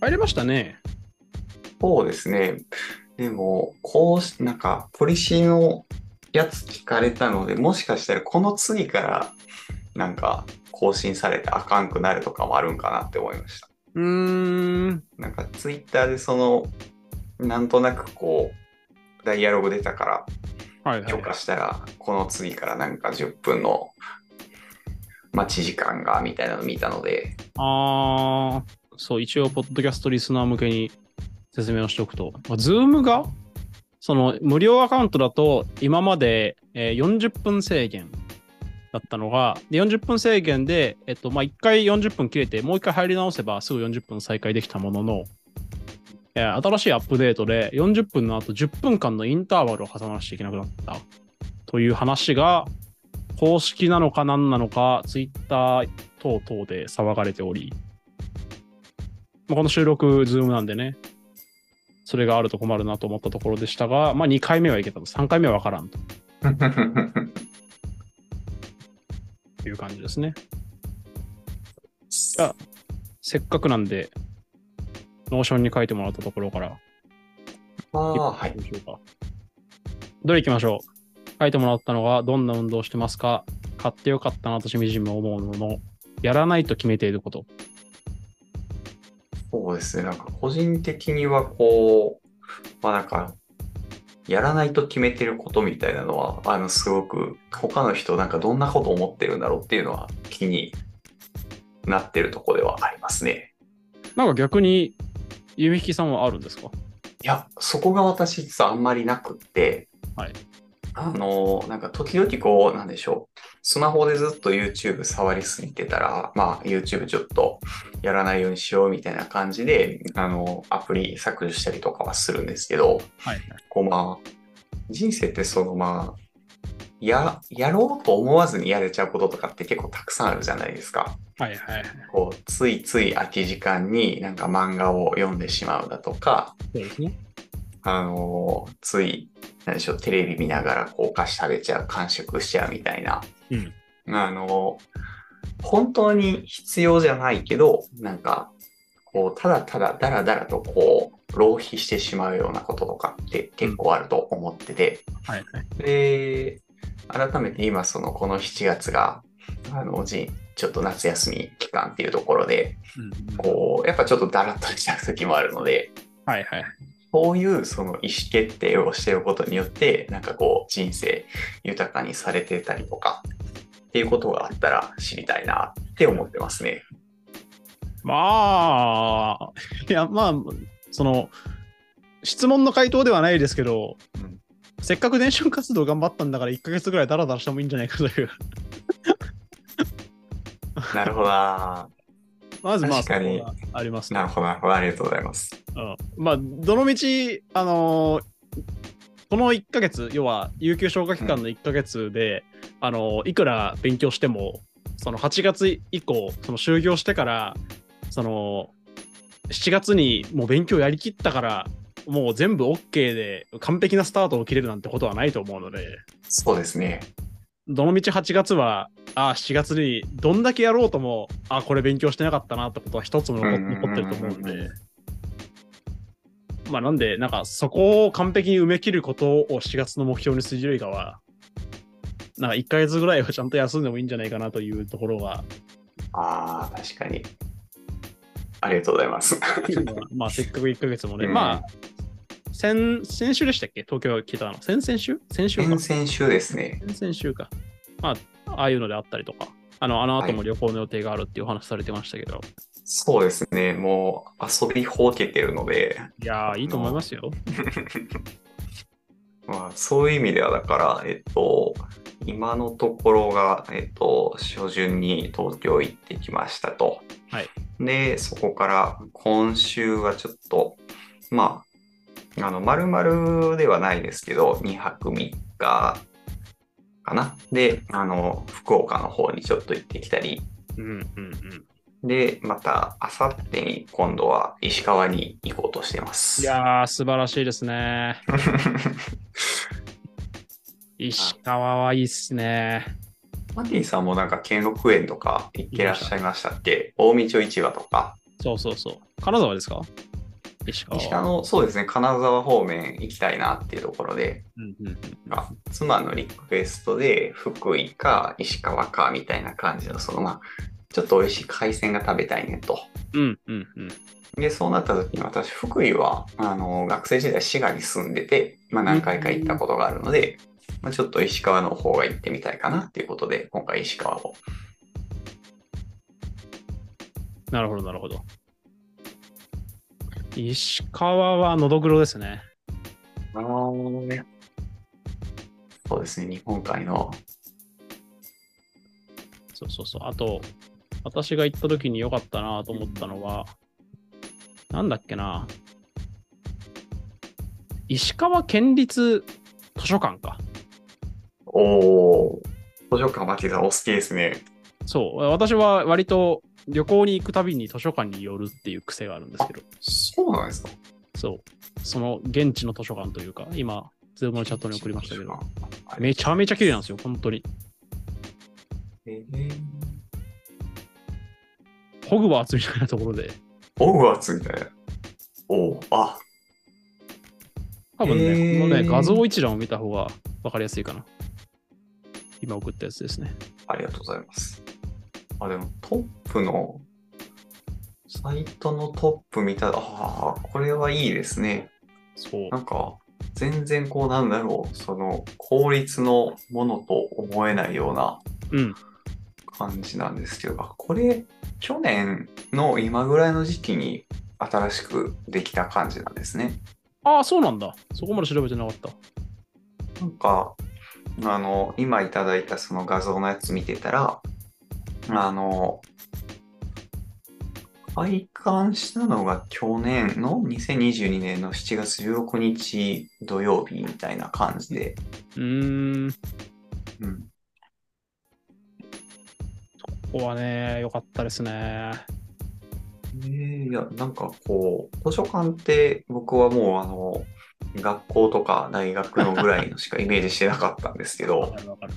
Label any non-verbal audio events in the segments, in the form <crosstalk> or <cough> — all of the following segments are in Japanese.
入れましたね。そうですね。でも、こうし、なんか、ポリシーのやつ聞かれたので、もしかしたらこの次から、なんか、更新されてあかんくなるとかもあるんかなって思いました。うーん。なんか、ツイッターでその、なんとなくこう、ダイアログ出たから、はいはい、許可したら、この次からなんか10分の待ち時間がみたいなの見たので、あーそう、一応、ポッドキャストリスナー向けに説明をしておくと、ズームが、その無料アカウントだと、今まで、えー40分制限だったのが、で40分制限で、えっと、まあ、1回40分切れて、もう1回入り直せば、すぐ40分再開できたものの、えー新しいアップデートで40分の後10分間のインターバルを挟まなくちゃいけなくなったという話が公式なのか何なのかツイッター等々で騒がれており、まあこの収録、ズームなんでね、それがあると困るなと思ったところでしたが、まあ、2回目はいけたと、3回目は分からんという感じですね。あせっかくなんで、ノーションに書いてもらったところから、ああ、はい。どうしようかどれいきましょう書いてもらったのが、どんな運動してますか買ってよかったなとしみじみ思うもの、やらないと決めていること。そうですね、なんか個人的にはこう、まあなんか、やらないと決めてることみたいなのは、あの、すごく、他の人なんかどんなこと思ってるんだろうっていうのは気になってるとこではありますね。なんか逆に、ゆみひきさんはあるんですかいや、そこが私実はあんまりなくって、はいあの、なんか時々こう、なんでしょう、スマホでずっと YouTube 触りすぎてたら、まあ YouTube ちょっとやらないようにしようみたいな感じで、あの、アプリ削除したりとかはするんですけど、はい。こうまあ、人生ってそのまあ、や、やろうと思わずにやれちゃうこととかって結構たくさんあるじゃないですか。はいはい。こう、ついつい空き時間になんか漫画を読んでしまうだとか、そうですね。あのーつい、何でしょう、テレビ見ながら、こう、お菓子食べちゃう、完食しちゃうみたいな。うんあのー本当に必要じゃないけど、なんか、こう、ただただ、だらだらと、こう、浪費してしまうようなこととかって結構あると思ってて、はいはい。で、改めて今、その、この7月が、あの、じ、ちょっと夏休み期間っていうところで、こう、やっぱちょっとだらっとしちゃう時もあるので、はいはい。そういうその意思決定をしてることによって、なんかこう人生豊かにされてたりとか、っていうことがあったら知りたいなって思ってますね。まあ、いや、まあ、その、質問の回答ではないですけど、うんせっかく電信活動頑張ったんだから、1ヶ月ぐらいダラダラしてもいいんじゃないかという。なるほど <laughs> な。まずまあ、確かにそこがありますねなるほど、なるほど。ありがとうございます。うんまあ、どのみち、あのーこの1ヶ月、要は、有給消化期間の1ヶ月で、あのーいくら勉強しても、その8月以降、その就業してから、その、7月にもう勉強やりきったから、もう全部 OK で、完璧なスタートを切れるなんてことはないと思うので、そうですね。どのみち8月は、ああ、7月にどんだけやろうとも、ああ、これ勉強してなかったなってことは一つも残っうんうんうんうん残ってると思うんで。まあなんで、なんかそこを完璧に埋め切ることを7月の目標にするよりかは、なんか1ヶ月ぐらいはちゃんと休んでもいいんじゃないかなというところ <laughs> が、ああ、確かに。ありがとうございます。まあせっかく1ヶ月もね、うんまあ、先、先週でしたっけ東京が来たの。先々週先週か先々週ですね。先々週か。まあ、ああいうのであったりとか、あの、あの後も旅行の予定があるっていうお話されてましたけど、そうですね。もう遊びほうけてるので、いやー、いいと思いますよ。まあ、そういう意味では、だから、えっと、今のところが、えっと、初旬に東京行ってきましたと。はいで、そこから今週はちょっと、まあ、あの、丸々ではないですけど、2泊3日かな。で、あの、福岡の方にちょっと行ってきたり、うんうんうん。で、また、あさってに今度は石川に行こうとしてます。いやー、素晴らしいですね。 <laughs> 石川はいいっすね。マティさんもなんか兼六園とか行ってらっしゃいましたっけ大道町市場とか。そうそうそう。金沢ですか石川。石川の、そうですね、金沢方面行きたいなっていうところで、うんうんうん。が妻のリクエストで福井か石川かみたいな感じのそのまあちょっと美味しい海鮮が食べたいねと。うんうんうん。でそうなった時に私福井はあの学生時代滋賀に住んでて、まあ、何回か行ったことがあるので、まあ、ちょっと石川の方が行ってみたいかなっていうことで今回石川をなるほど、なるほど。石川はのどぐろですね。あのね。そうですね日本海のそうそうそう。あと、私が行った時に良かったなと思ったのは、なんだっけな。石川県立図書館か。おおー図書館町田お好きですねそう。私は割と旅行に行くたびに図書館に寄るっていう癖があるんですけど、そうなんですかそう。その現地の図書館というか、今、ズームのチャットに送りましたけど、あめちゃめちゃ綺麗なんですよ、本当に。えーホグワーツみたいなところで。オグワーツみたいな。おうあ、多分ね、へーこのね、画像一覧を見た方が分かりやすいかな。今送ったやつですね。ありがとうございます。あ、でもトップの、サイトのトップ見たら、ああ、これはいいですね。そう。なんか、全然こう、なんだろう、その、効率のものと思えないようなうん。感じなんですけど、あこれ、去年の今ぐらいの時期に新しくできた感じなんですね。ああ、そうなんだ。そこまで調べてなかった。なんか、あの、今いただいたその画像のやつ見てたら、あの、開館したのが去年の2022年の7月16日土曜日みたいな感じで、うーん。うん、ここはね、良かったですね。えーいや、なんかこう、図書館って僕はもうあの、学校とか大学のぐらいのしかイメージしてなかったんですけわど <laughs> か、るわかる。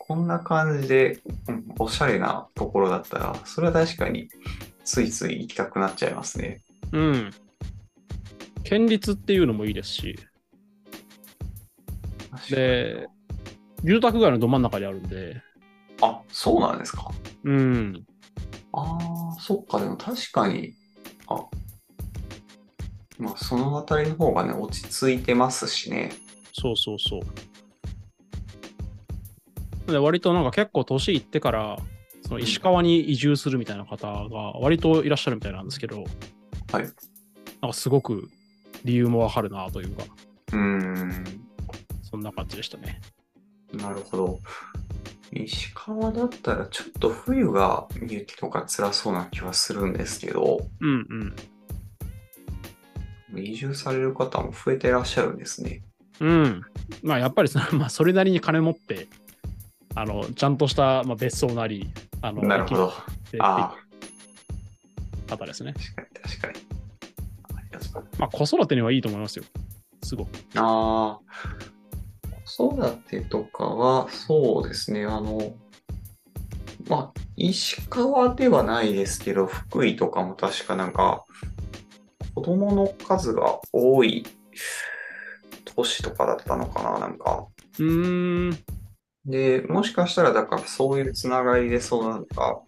こんな感じで、うんおしゃれなところだったら、それは確かについつい行きたくなっちゃいますね。うん。県立っていうのもいいですし、で、住宅街のど真ん中にあるんで、あ、そうなんですか。うん。ああ、そっか、でも確かに、あ、まあそのあたりの方がね、落ち着いてますしね。そうそうそう。で割となんか結構年いってから、その石川に移住するみたいな方が割といらっしゃるみたいなんですけど、はいなんかすごく理由もわかるなというか、うーん。そんな感じでしたね。なるほど。石川だったらちょっと冬が雪とか辛そうな気はするんですけど、うんうん。移住される方も増えてらっしゃるんですね。うん。まあやっぱりその、 <laughs> まあ、それなりに金持って、あの、ちゃんとした、まあ、別荘なり、あの、なるほど。生きてってああ、いう方ですね。確かに確かに。ありがとうございます。まあ子育てにはいいと思いますよ。すごく。ああ、子育てとかは、そうですね、あの、まあ、石川ではないですけど、福井とかも確かなんか、子供の数が多い都市とかだったのかな、なんか。うーん。で、もしかしたら、だからそういうつながりで、そうなんか、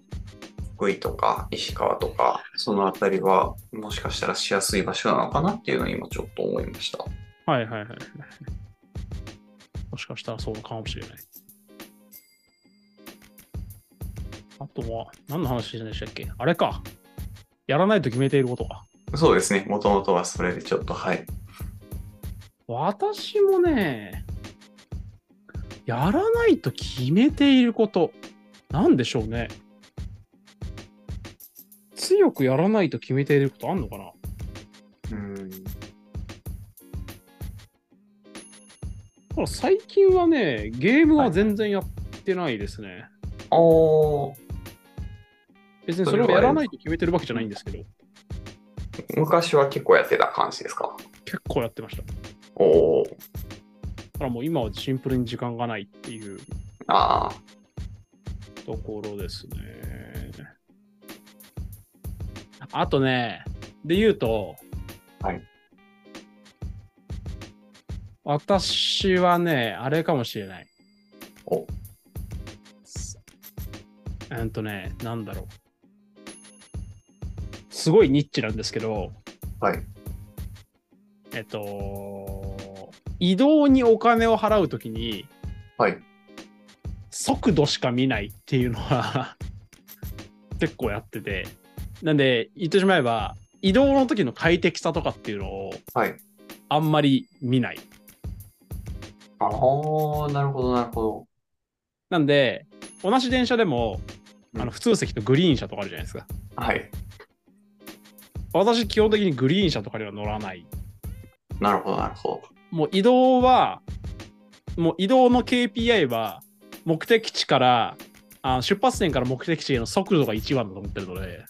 福井とか石川とか、そのあたりは、もしかしたらしやすい場所なのかなっていうのを今ちょっと思いました。はいはいはい。もしかしたらそうかもしれない。あとは、何の話してでしたっけあれか。やらないと決めていることか。そうですね。もともとはそれでちょっと、はい。私もね、やらないと決めていること、なんでしょうね。強くやらないと決めていることあんのかなうん。ほら最近はね、ゲームは全然やってないですね。あー別にそれをやらないと決めてるわけじゃないんですけど、昔は結構やってた感じですか。結構やってました。おお。だからもう今はシンプルに時間がないっていうああ。ところですね。あとね、で言うと、はい。私はね、あれかもしれない。おえっとね、なんだろう。すごいニッチなんですけど、はい。えっと、移動にお金を払うときに、はい。速度しか見ないっていうのは <laughs> 結構やっててなんで言ってしまえば移動の時の快適さとかっていうのをはい。あんまり見ないああ、なるほど、なるほど。なんで同じ電車でもうんあの普通席とグリーン車とかあるじゃないですかはい。私基本的にグリーン車とかには乗らないなるほど、なるほもう移動はもう移動の KPI は目的地からあ出発点から目的地への速度が一番だと思ってるので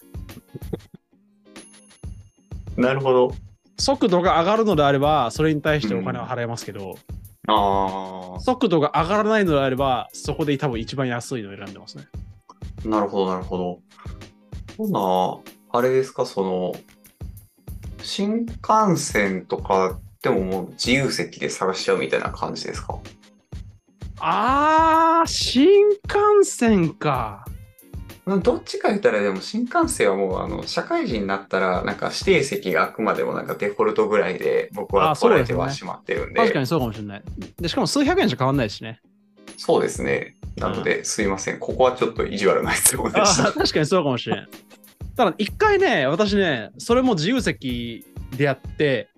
ど。なるほど。速度が上がるのであればそれに対してお金は払えますけど、あ速度が上がらないのであれば、そこで多分一番安いのを選んでますね。あ、なるほど、なるほど。ほな、あれですか、その、新幹線とかでももう自由席で探しちゃうみたいな感じですかあー、新幹線か。どっちか言ったらでも新幹線はもうあの社会人になったらなんか指定席があくまでもなんかデフォルトぐらいで僕はあそう捉でえすねてはしまってるんで確かにそうかもしれない。で、しかも数百円しか変わんないしね。そうですねなので、すいませんここはちょっと意地悪な質問であし <laughs> たー <laughs> 確かにそうかもしれん。ただ、一回ね、私ね、それも自由席でやって、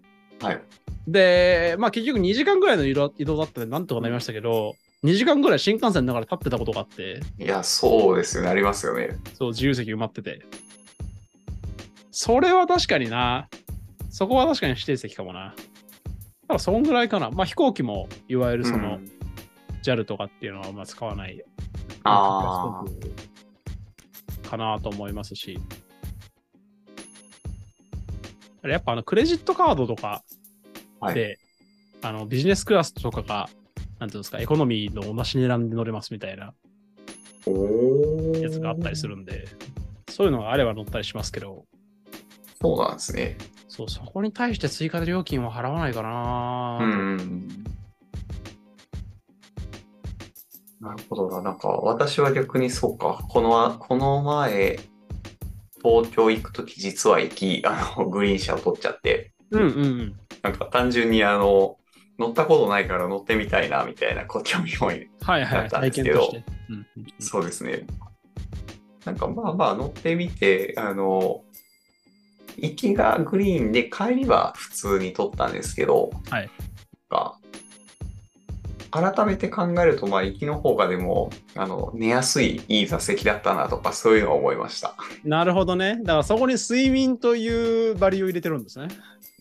はいで、まあ結局2時間ぐらいの移動移動だったんで、なんとかなりましたけど、2時間ぐらい新幹線の中で立ってたことがあって、いやそうですよねありますよねそう、自由席埋まってて。それは確かにな。そこは確かに指定席かもな。ただ、そんぐらいかな。まあ、飛行機も、いわゆるそうのん JAL とかっていうのはまあ使わない。あかなと思いますし。あれやっぱあのクレジットカードとかはいで、あのビジネスクラスとかが、なんていうんですか、エコノミーの同じ値段で乗れますみたいなあおやつがあったりするんで、そういうのがあれば乗ったりしますけど、そうなんですねそう、そこに対して追加で料金は払わないかな、うんなるほどな。なんか、私は逆にそうか。この、この前、東京行くとき、実は行き、あの、 <laughs> グリーン車を取っちゃって、うんうんうん。なんか単純に、あの、乗ったことないから乗ってみたいな、みたいな、こう、興味本位。はいはだい、ったんで体す験けとどして。うんうんうんそうですね。なんか、まあまあ、乗ってみて、あの、行きがグリーンで、帰りは普通に取ったんですけど、はいが改めて考えると、まあ、行きの方がでも、あの、寝やすい、いい座席だったなとか、そういうのを思いました。なるほどね。だからそこに睡眠というバリューを入れてるんですね。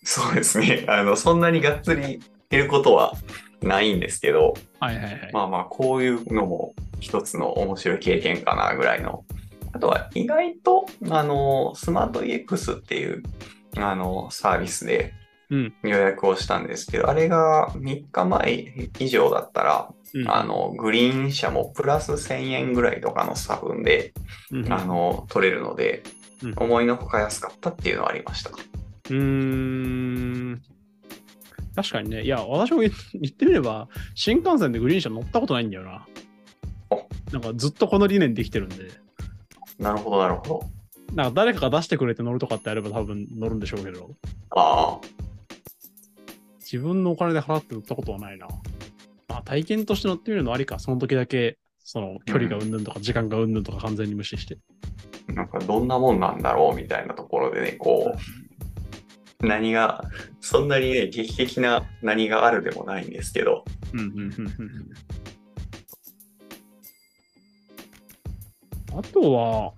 そうですね。あの、そんなにがっつり減ることはないんですけど、はいはいはい。まあまあ、こういうのも一つの面白い経験かな、ぐらいの。あとは、意外と、あの、スマート EX っていう、あの、サービスで、うん。予約をしたんですけど、あれが3日前以上だったら、うんあ、の、グリーン車もプラス1000円ぐらいとかの差分で、うんあの、取れるのでうん、思いのほか安かったっていうのはありました。うーん。確かにね、いや、私も言言ってみれば、新幹線でグリーン車乗ったことないんだよなお。なんかずっとこの理念できてるんで、なるほど、なるほど。なんか誰かが出してくれて乗るとかってあれば多分乗るんでしょうけど、あ自分のお金で払って乗ったことはないな。まあ、体験として乗ってみるのはありか、その時だけ、その距離がうんぬんとか時間がうんぬんとか完全に無視して。あ、なんかどんなもんなんだろうみたいなところでね、こう、何が、そんなにね、劇的な何があるでもないんですけど、うんうんうんうんうんあとは、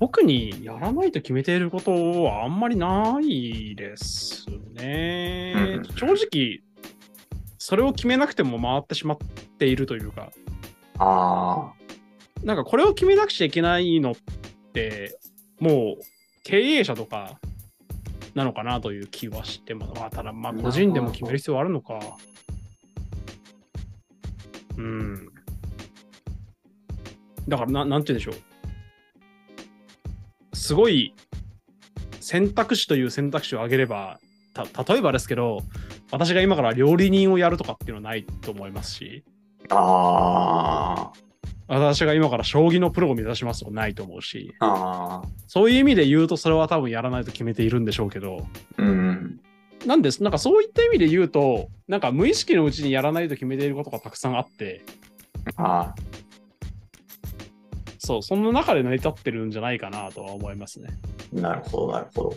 特にやらないと決めていることはあんまりないですねうん。正直、それを決めなくても回ってしまっているというか、あなんかこれを決めなくちゃいけないのって、もう経営者とかなのかなという気はしてます。まあ、ただ、まあ、個人でも決める必要はあるのか。うん。だからな、なんて言うんでしょう。すごい選択肢という選択肢を挙げれば、た例えばですけど、私が今から料理人をやるとかっていうのはないと思いますし、あ私が今から将棋のプロを目指しますとかないと思うし、あ、ああ、そういう意味で言うと、それは多分やらないと決めているんでしょうけど、うん、なんです、なんかそういった意味で言うと、なんか無意識のうちにやらないと決めていることがたくさんあって、ああ、そう、その中で成り立ってるんじゃないかなとは思いますね。なるほど、なるほど。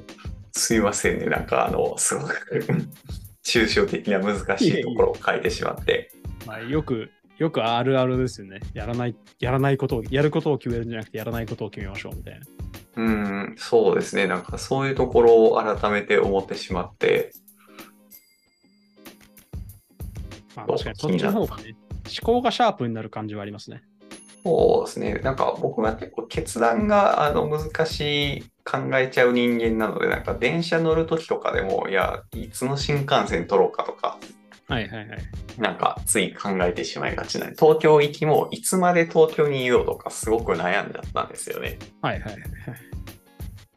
すいませんね、なんかあの、すごく抽象的な難しいところを書いてしまって。まあ、よく、よくあるあるですよね。やらない、やらないことを、やることを決めるんじゃなくて、やらないことを決めましょうみたいな。うん、そうですね、なんかそういうところを改めて思ってしまって、まあ、そう確かに、そっちの方がね、思考がシャープになる感じはありますね。そうですね、なんか僕が結構決断があの難しい考えちゃう人間なので、なんか電車乗るときとかでも、いや、いつの新幹線取ろうかとか、はいはいはい。なんかつい考えてしまいがちなんで、東京行きもいつまで東京にいようとかすごく悩んじゃったんですよね。はいはい。っ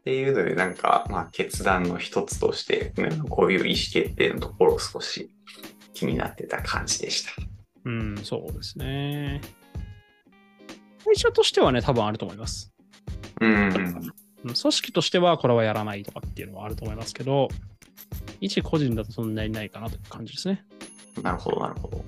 ていうので、なんか、まあ、決断の一つとして、うんこういう意思決定のところを少し気になってた感じでした。うん、そうですね。会社としてはね、多分あると思います。うん。うん組織としてはこれはやらないとかっていうのはあると思いますけど、一個人だとそんなにないかなという感じですね。なるほど、なるほど。